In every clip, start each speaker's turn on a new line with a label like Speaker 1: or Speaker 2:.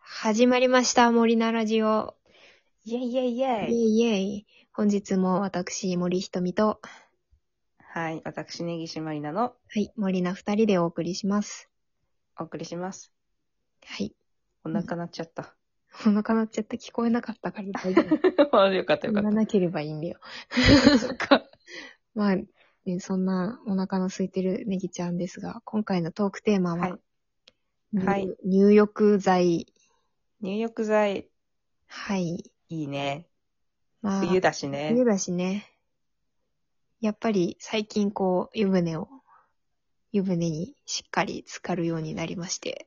Speaker 1: 始まりました、森菜ラジオ。
Speaker 2: イェイイェイイ
Speaker 1: イ
Speaker 2: ェ
Speaker 1: ェ
Speaker 2: イ。
Speaker 1: イイェイ。本日も私、森ひとみと、
Speaker 2: はい。私、根岸まりなの
Speaker 1: はい、森菜二人でお送りします。
Speaker 2: お送りします。
Speaker 1: はい。
Speaker 2: お腹鳴っちゃった。
Speaker 1: お腹鳴っちゃった。聞こえなかったから大丈夫。
Speaker 2: あ よかったよか
Speaker 1: 鳴
Speaker 2: っ
Speaker 1: らなければいいん だよ。
Speaker 2: た。そっか。
Speaker 1: まあ、ね、そんなお腹の空いてるネギちゃんですが、今回のトークテーマは、
Speaker 2: はい
Speaker 1: 入
Speaker 2: はい
Speaker 1: 入浴剤。
Speaker 2: 入浴剤、
Speaker 1: はい。
Speaker 2: いいね。
Speaker 1: まあ、
Speaker 2: 冬だしね
Speaker 1: 冬。だしね。やっぱり最近こう、湯船を、湯船にしっかり浸かるようになりまして。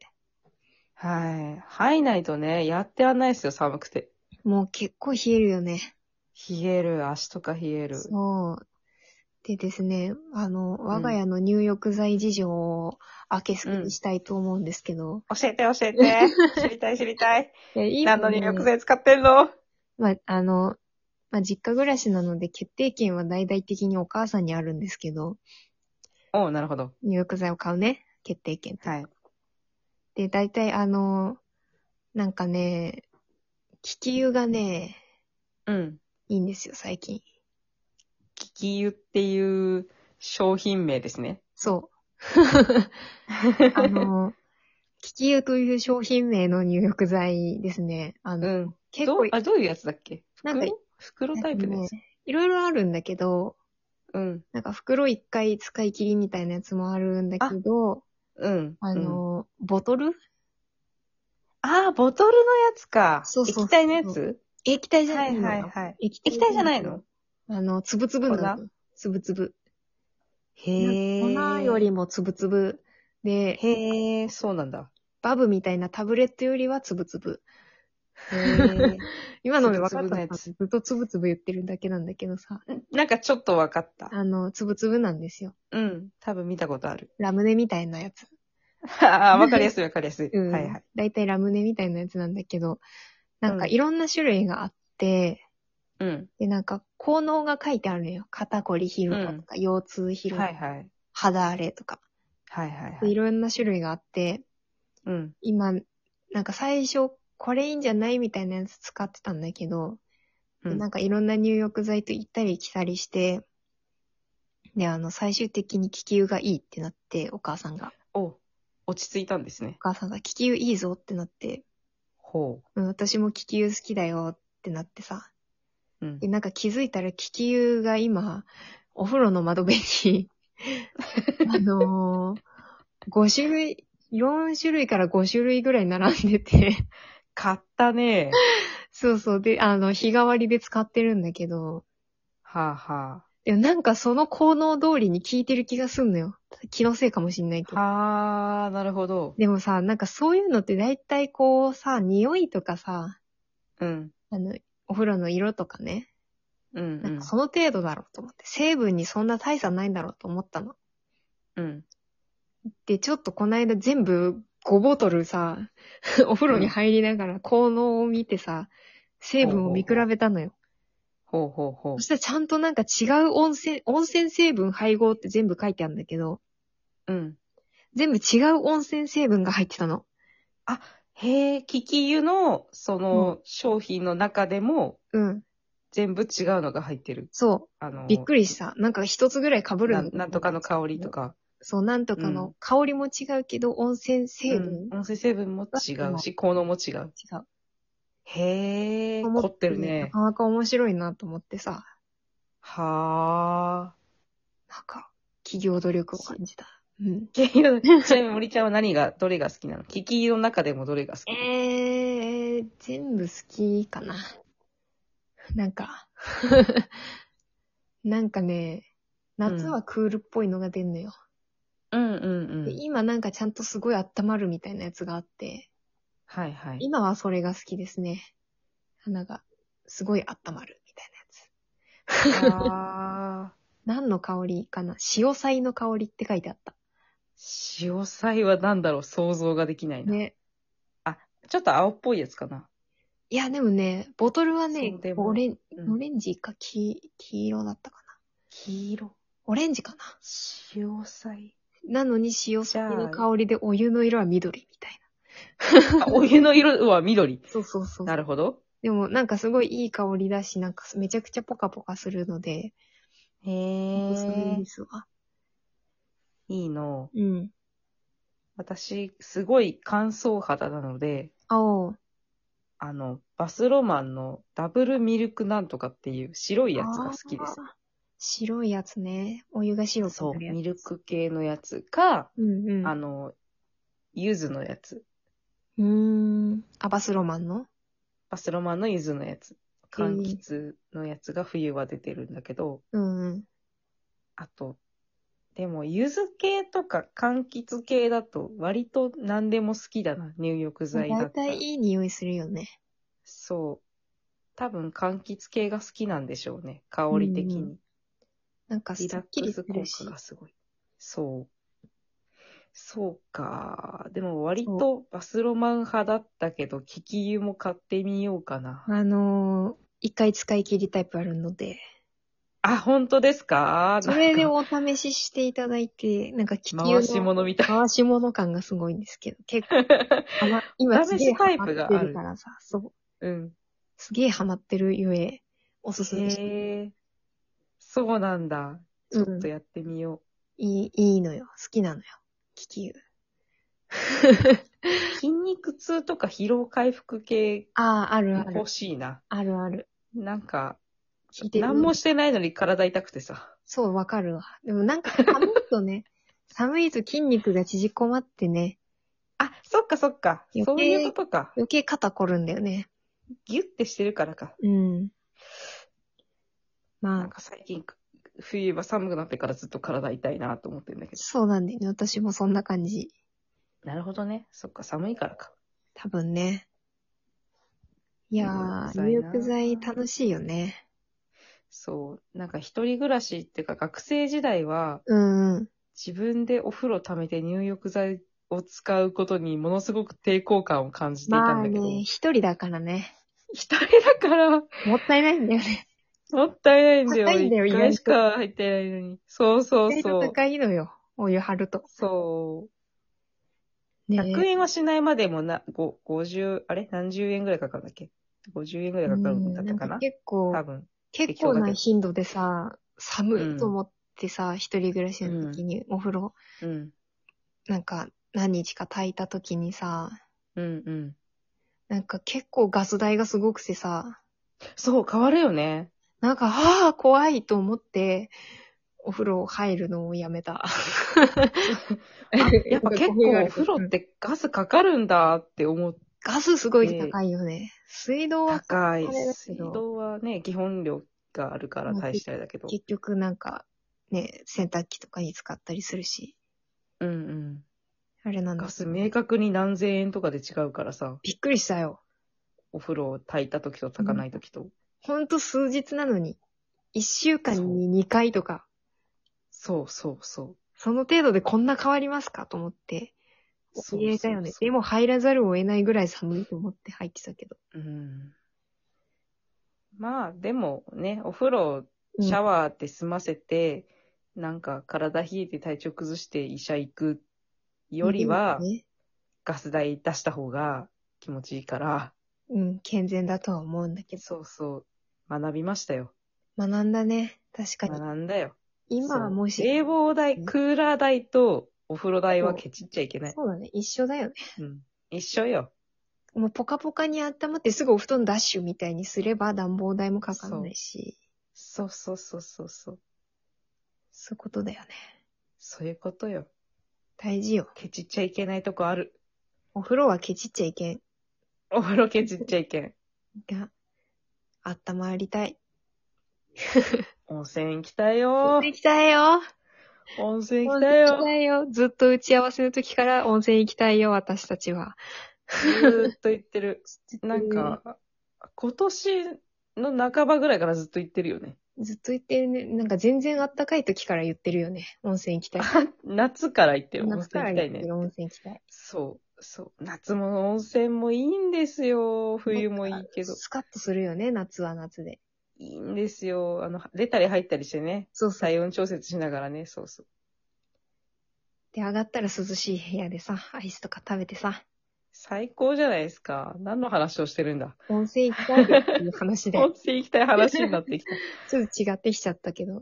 Speaker 2: はい。入んないとね、やってらんないですよ、寒くて。
Speaker 1: もう結構冷えるよね。
Speaker 2: 冷える、足とか冷える。
Speaker 1: そう。でですね、あの、我が家の入浴剤事情を明けすけにしたいと思うんですけど。
Speaker 2: 教えて教え て。知りたい知りたい。
Speaker 1: いやいい
Speaker 2: 何の入浴剤使ってんの
Speaker 1: まあ、あの、まあ、実家暮らしなので決定権は大々的にお母さんにあるんですけど、
Speaker 2: おうなるほど。
Speaker 1: 入浴剤を買うね。決定権って。
Speaker 2: はい。
Speaker 1: で、大体あの、なんかね、気球がね、
Speaker 2: うん。
Speaker 1: いいんですよ、最近。
Speaker 2: 気き湯っていう商品名ですね。
Speaker 1: そう。 あの、気球という商品名の入浴剤ですね。あ
Speaker 2: う
Speaker 1: の、
Speaker 2: ん。
Speaker 1: 結
Speaker 2: ど
Speaker 1: 構
Speaker 2: う、あ、どういうやつだっけ
Speaker 1: なんか
Speaker 2: 袋袋タイプのやつ。
Speaker 1: いろいろあるんだけど、
Speaker 2: うん。
Speaker 1: なんか袋一回使い切りみたいなやつもあるんだけど、
Speaker 2: うん。
Speaker 1: あ
Speaker 2: うん、
Speaker 1: の、ボトル
Speaker 2: あー、ボトルのやつか。
Speaker 1: そうそうそう
Speaker 2: 液体のやつ
Speaker 1: 液体じゃな
Speaker 2: は
Speaker 1: い
Speaker 2: い
Speaker 1: のよ。
Speaker 2: はいはい。
Speaker 1: 液
Speaker 2: 液体じゃないの
Speaker 1: あの、つぶつぶなの。つぶつぶ。
Speaker 2: へ
Speaker 1: 粉よりもつぶつぶ。で、
Speaker 2: へえ、そうなんだ。
Speaker 1: バブみたいなタブレットよりはつぶつぶ。
Speaker 2: へー
Speaker 1: 今ので分かっ
Speaker 2: つぶつぶの
Speaker 1: た
Speaker 2: や
Speaker 1: かな
Speaker 2: つ
Speaker 1: ずっとつぶつぶ言ってるだけなんだけどさ。
Speaker 2: なんかちょっとわかった。
Speaker 1: あの、つぶつぶなんですよ。
Speaker 2: うん。多分見たことあ る。
Speaker 1: ラムネみたいなやつ。
Speaker 2: ああ、わかりやすいわかりやすい。
Speaker 1: うん。
Speaker 2: はいはい。
Speaker 1: だいたいラムネみたいなやつなんだけど、なんか
Speaker 2: うん
Speaker 1: いろんな種類があって、
Speaker 2: うん。
Speaker 1: で、なんか効能が書いてあるのよ。肩こり疲労とか、腰痛疲労、
Speaker 2: はいはい。
Speaker 1: 肌荒れとか。
Speaker 2: はいはいは
Speaker 1: でい
Speaker 2: い。
Speaker 1: ろんな種類があって、
Speaker 2: うん。
Speaker 1: 今、なんか最初、これいいんじゃないみたいなやつ使ってたんだけど、
Speaker 2: う
Speaker 1: で
Speaker 2: ん
Speaker 1: なんかいろんな入浴剤と行ったり来たりして、で、あの、最終的に気球がいいってなって、お母さんが。
Speaker 2: お、落ち着いたんですね
Speaker 1: お。母さんが気球いいぞってなって、
Speaker 2: ほ
Speaker 1: うん、私も気球好きだよってなってさ。
Speaker 2: う。うん
Speaker 1: で、。なんか気づいたら気球が今、お風呂の窓辺に、 あのー、5種類、4種類から5種類ぐらい並んでて、
Speaker 2: 買っ たね。
Speaker 1: そうそう、で、あの、日替わりで使ってるんだけど、
Speaker 2: はあは
Speaker 1: でもなんかその効能通りに効いてる気がすんのよ。気のせいかもしんないけ
Speaker 2: あ。
Speaker 1: ど。
Speaker 2: はあ、なるほど。
Speaker 1: でもさ、なんかそういうのって大体こうさ、匂いとかさ、
Speaker 2: うん。
Speaker 1: あの、お風呂の色とかね、
Speaker 2: うんう
Speaker 1: なん
Speaker 2: ん
Speaker 1: か。その程度だろうと思って、成分にそんな大差ないんだろうと思ったの。
Speaker 2: うん。
Speaker 1: で、ちょっとこの間全部5ボトルさ、お風呂に入りながら効能を見てさ、成分を見比べたのよ。
Speaker 2: ほうほうほう
Speaker 1: そし。たらちゃんとなんか違う温泉、温泉成分配合って全部書いてあるんだけど、
Speaker 2: うん。
Speaker 1: 全部違う温泉成分が入ってたの。
Speaker 2: へえ、キキ湯の、その、商品の中でも、
Speaker 1: うん。
Speaker 2: 全部違うのが入ってる。
Speaker 1: そ
Speaker 2: あの、
Speaker 1: う。びっくりした。なんか一つぐらい被る
Speaker 2: な
Speaker 1: の
Speaker 2: なんとかの香りと。か。
Speaker 1: そう、なんとか
Speaker 2: う
Speaker 1: の
Speaker 2: ん
Speaker 1: 香りも違うけど、温泉成分
Speaker 2: うん。温水成分も違うし、効能も違う。
Speaker 1: 違う。
Speaker 2: へえ、凝ってる
Speaker 1: な
Speaker 2: ね。
Speaker 1: かなか面白いなと思ってさ、
Speaker 2: はあ。
Speaker 1: なんか、企業努力を感じた。うん。
Speaker 2: キキ湯のちなみに 森ちゃんは何が、どれが好きなのキキ湯の中でもどれが好き
Speaker 1: えー、全部好きかな。なんか、 なんかね、夏はクールっぽいのが出んのよ、
Speaker 2: うんうんう
Speaker 1: で
Speaker 2: ん。
Speaker 1: 今なんかちゃんとすごい温まるみたいなやつがあって、
Speaker 2: はいはい。
Speaker 1: 今はそれが好きですね。花が、すごい温まるみたいなやつ。
Speaker 2: ああ。
Speaker 1: 何の香りかな潮菜の香りって書いてあった。
Speaker 2: 塩菜は何だろう想像ができないな。
Speaker 1: ね。
Speaker 2: ちょっと青っぽいやつかな。
Speaker 1: いや、でもね、ボトルはね
Speaker 2: そうで、も
Speaker 1: オレン
Speaker 2: うん
Speaker 1: オレンジか黄黄色だったかな。
Speaker 2: 黄色。
Speaker 1: オレンジかな。
Speaker 2: 塩菜。
Speaker 1: なのに塩
Speaker 2: じ
Speaker 1: 菜
Speaker 2: ゃあ
Speaker 1: の香りでお湯の色は緑みたい
Speaker 2: あお湯の色は緑。
Speaker 1: そうそうそう。
Speaker 2: なるほど。
Speaker 1: でもなんかすごいいい香りだし、なんかめちゃくちゃポカポカするので、
Speaker 2: へ
Speaker 1: おすすめ
Speaker 2: え
Speaker 1: で。すわ。
Speaker 2: いいの。
Speaker 1: うん。
Speaker 2: 私、すごい乾燥肌なので、
Speaker 1: 青。
Speaker 2: あの、バスロマンのダブルミルクなんとかっていう白いやつが好きで
Speaker 1: あー。白いやつね。お湯が白
Speaker 2: す。
Speaker 1: く
Speaker 2: そう、
Speaker 1: なるやつ。
Speaker 2: ミルク系のやつか、
Speaker 1: うんうん。
Speaker 2: あの、柚子のやつ。
Speaker 1: うーん。アバスロマンの
Speaker 2: バスロマンの柚子のやつ。柑橘のやつが冬は出てるんだけど、
Speaker 1: うんうん。
Speaker 2: あと、でも、柚子系とか柑橘系だと、割と何でも好きだな、入浴剤だ
Speaker 1: だい
Speaker 2: った
Speaker 1: た
Speaker 2: ら
Speaker 1: いいい匂いするよね。
Speaker 2: そう。多分、柑橘系が好きなんでしょうね、香り的
Speaker 1: う
Speaker 2: に
Speaker 1: ん。なんかす
Speaker 2: リ
Speaker 1: っ
Speaker 2: ラッ
Speaker 1: き
Speaker 2: ク
Speaker 1: りす
Speaker 2: ス
Speaker 1: る
Speaker 2: 効
Speaker 1: し
Speaker 2: 果。がすごい。そう。そうか。でも割とバスロマン派だったけど、利き湯も買ってみようかな。
Speaker 1: あのー、一回使い切りタイプあるので、
Speaker 2: あ、本当ですか
Speaker 1: それで
Speaker 2: なんか
Speaker 1: お試ししていただいて、なんか気球
Speaker 2: 回し
Speaker 1: の
Speaker 2: 物みたい。
Speaker 1: 回し物感がすごいんですけど、結構、あま今す げ
Speaker 2: 試
Speaker 1: え
Speaker 2: し
Speaker 1: ハ
Speaker 2: タイ
Speaker 1: マっ
Speaker 2: プが
Speaker 1: て
Speaker 2: あ
Speaker 1: る
Speaker 2: る
Speaker 1: か。らさ、そう、
Speaker 2: うん。
Speaker 1: すげえハマってるゆえ、おすすめして、
Speaker 2: へえ。そうなんだ。ちょっとやってみよ
Speaker 1: いい、いいのよ、好きなのよ、気 球。
Speaker 2: う。筋肉痛とか疲労回復系
Speaker 1: ああ、あるある
Speaker 2: 欲、しいな。
Speaker 1: あるある。
Speaker 2: なんか、
Speaker 1: 聞いてる
Speaker 2: 何もしてないのに体痛くてさ。
Speaker 1: そう、わかるわ。でもなんか寒いと ね、寒いと筋肉が縮こまってね、
Speaker 2: あ、そっかそっか。
Speaker 1: 余計
Speaker 2: そういうことか。
Speaker 1: 余計肩こるんだよね。
Speaker 2: ギュッてしてるからか。
Speaker 1: うん。
Speaker 2: な
Speaker 1: ま
Speaker 2: ん
Speaker 1: あ、
Speaker 2: か最近、冬は寒くなってからずっと体痛いなと思ってるんだけど。
Speaker 1: そうなんだよね。私もそんな感じ。
Speaker 2: なるほどね。そっか、寒いからか。
Speaker 1: 多分ね。いやー、入
Speaker 2: 入
Speaker 1: 浴
Speaker 2: 浴剤な
Speaker 1: 剤楽しいよね。
Speaker 2: そう。なんか一人暮らしっていうか学生時代は
Speaker 1: うんうん。
Speaker 2: 自分でお風呂溜めて入浴剤を使うことにものすごく抵抗感を感じていた
Speaker 1: ま
Speaker 2: ん
Speaker 1: あ
Speaker 2: だけど。
Speaker 1: ね、一人だからね。
Speaker 2: 一人だから、
Speaker 1: もったいないんだよね。
Speaker 2: もったいないんだよ。
Speaker 1: 高いんだよ
Speaker 2: 一
Speaker 1: 意外
Speaker 2: 回
Speaker 1: と
Speaker 2: しか入ってないのに。そうそう
Speaker 1: 意
Speaker 2: そ
Speaker 1: 外と
Speaker 2: う。
Speaker 1: 高いのよ。お湯張ると。
Speaker 2: そう。
Speaker 1: ね
Speaker 2: 100円はしないまでもな、ご50、あれ何十円ぐらいかかるんだっけ ?50 円ぐらいかかるんだったか
Speaker 1: うんん
Speaker 2: な
Speaker 1: 結
Speaker 2: 多
Speaker 1: 構、
Speaker 2: 分。
Speaker 1: 結構な頻度でさ、寒いと思ってさ、一人暮らしの時にお風呂、
Speaker 2: うん。
Speaker 1: なんか何日か炊いた時にさ、
Speaker 2: うんうん。
Speaker 1: なんか結構ガス代がすごくてさ、
Speaker 2: そう、変わるよね。
Speaker 1: なんか、ああ、怖いと思って、お風呂入るのをやめた。
Speaker 2: やっぱ結構お風呂ってガスかかるんだって思って。
Speaker 1: ガスすごい高いよね。水道は
Speaker 2: 高い
Speaker 1: あれ。だけ
Speaker 2: 水
Speaker 1: ど
Speaker 2: 道はね、基本料があるから大したりだけど。
Speaker 1: 結局なんか、ね、洗濯機とかに使ったりするし、
Speaker 2: うんうん。
Speaker 1: あれなんだ
Speaker 2: ガ。ス明確に何千円とかで違うからさ、
Speaker 1: びっくりしたよ。
Speaker 2: お風呂を炊いた時と炊かない時と。
Speaker 1: ほんと数日なのに、一週間に2回とか、
Speaker 2: そうそうそう。
Speaker 1: その程度でこんな変わりますかと思って、
Speaker 2: そうそうそう
Speaker 1: 怯えたよね。でも入らざるを得ないぐらい寒いと思って入ってたけど。
Speaker 2: うんまあ、でもね、お風呂、
Speaker 1: うん
Speaker 2: シャワーで済ませて、なんか体冷えて体調崩して医者行くよりは、
Speaker 1: ね
Speaker 2: ガス代出した方が気持ちいいから、
Speaker 1: うん、健全だとは思うんだけど。
Speaker 2: そうそう、学びましたよ。
Speaker 1: 学んだね。確かに。
Speaker 2: 学んだよ。
Speaker 1: 今はもし
Speaker 2: そう。冷房代、クーラー代とお風呂代はケチっちゃいけない。
Speaker 1: そうだね。一緒だよね。
Speaker 2: うん。一緒よ。
Speaker 1: もうポカポカに温まってすぐお布団ダッシュみたいにすれば暖房代もかからないし、
Speaker 2: そうそうそうそうそう。
Speaker 1: そういうことだよね。
Speaker 2: そういうことよ。
Speaker 1: 大事よ。
Speaker 2: ケチっちゃいけないとこある。
Speaker 1: お風呂はケチっちゃいけん。
Speaker 2: お風呂ケチっちゃいけん。
Speaker 1: が、温まりたい。
Speaker 2: 温泉行きたい
Speaker 1: 温
Speaker 2: よ
Speaker 1: 泉。行きたいよ
Speaker 2: 温泉行
Speaker 1: 温
Speaker 2: きた
Speaker 1: 泉
Speaker 2: い
Speaker 1: 行き
Speaker 2: よ。
Speaker 1: たいよずっと打ち合わせの時から温泉行きたいよ、私たちは。
Speaker 2: ずーっと言ってる。なんか、今年の半ばぐらいからずっと言ってるよね。
Speaker 1: ずっと言ってるね。なんか全然暖かい時から言ってるよね。温泉行きたい。
Speaker 2: 夏から言ってる。温
Speaker 1: 夏
Speaker 2: 泉
Speaker 1: か
Speaker 2: 行
Speaker 1: ら
Speaker 2: き
Speaker 1: 言
Speaker 2: たい
Speaker 1: って
Speaker 2: ね。
Speaker 1: る温泉行きたい。
Speaker 2: そう、そう。夏も温泉もいいんですよ。冬もいいけど。
Speaker 1: スカッとするよね、夏は夏で。
Speaker 2: いいんですよ。あの、出たり入ったりしてね。
Speaker 1: そうそう。
Speaker 2: 体温調節しながらね。そうそう。
Speaker 1: で、上がったら涼しい部屋でさ、アイスとか食べてさ。
Speaker 2: 最高じゃないですか。何の話をしてる んだ。
Speaker 1: 温泉行きたいですっていう話で、
Speaker 2: 温泉行きたい話になってきた。
Speaker 1: ちょっと違ってきちゃったけど。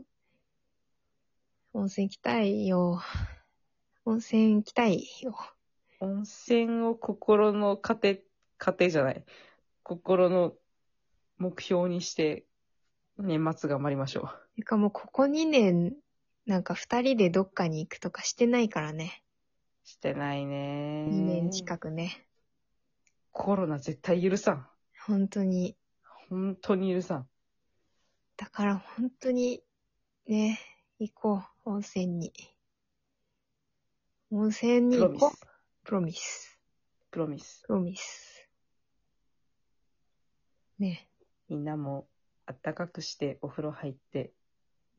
Speaker 1: 温泉行きたいよ。温泉行きたいよ。
Speaker 2: 温泉を心の糧、糧じゃない。心の目標にして、年末頑張りましょう。
Speaker 1: てかもうここ2年、なんか2人でどっかに行くとかしてないからね。
Speaker 2: してないね。
Speaker 1: 2年近くね。
Speaker 2: コロナ絶対許さん。
Speaker 1: 本当に。
Speaker 2: 本当に許さん。
Speaker 1: だから本当に、ね、行こう。温泉に。温泉に
Speaker 2: プロ
Speaker 1: 行
Speaker 2: ミ
Speaker 1: こう
Speaker 2: ス。。
Speaker 1: プロミス。
Speaker 2: プロミス。
Speaker 1: プロミス。ね、
Speaker 2: みんなも、あったかくしてお風呂入って、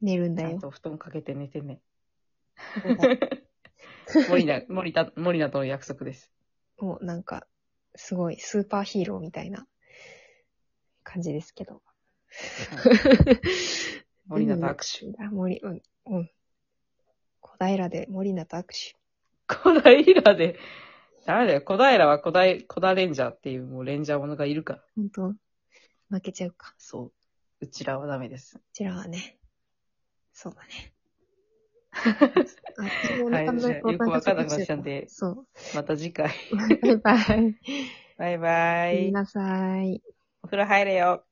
Speaker 1: 寝るん
Speaker 2: ち
Speaker 1: だ
Speaker 2: ゃん
Speaker 1: よ。
Speaker 2: とお布団かけて寝てね。
Speaker 1: そうだ
Speaker 2: 森田、森田、森田との約束です。
Speaker 1: もうなんか、すごいスーパーヒーローみたいな感じですけど。
Speaker 2: 森田と握手。
Speaker 1: 手。森、うん、うん。小平で森菜と握手。
Speaker 2: 小平で、ダメだよ。小平は小平、小平レンジャーっていうもうレンジャーものがいるから。
Speaker 1: 本当負けちゃうか。こ
Speaker 2: そう。うちらはダメです。
Speaker 1: ちらはね。そうだ ね。あ、私もお腹の中
Speaker 2: はいよくわかんなくなっちゃうんで
Speaker 1: そう。
Speaker 2: また次回。
Speaker 1: バイバイ。
Speaker 2: バイバ
Speaker 1: ごめん
Speaker 2: イ。
Speaker 1: なさい。
Speaker 2: お風呂入れよ。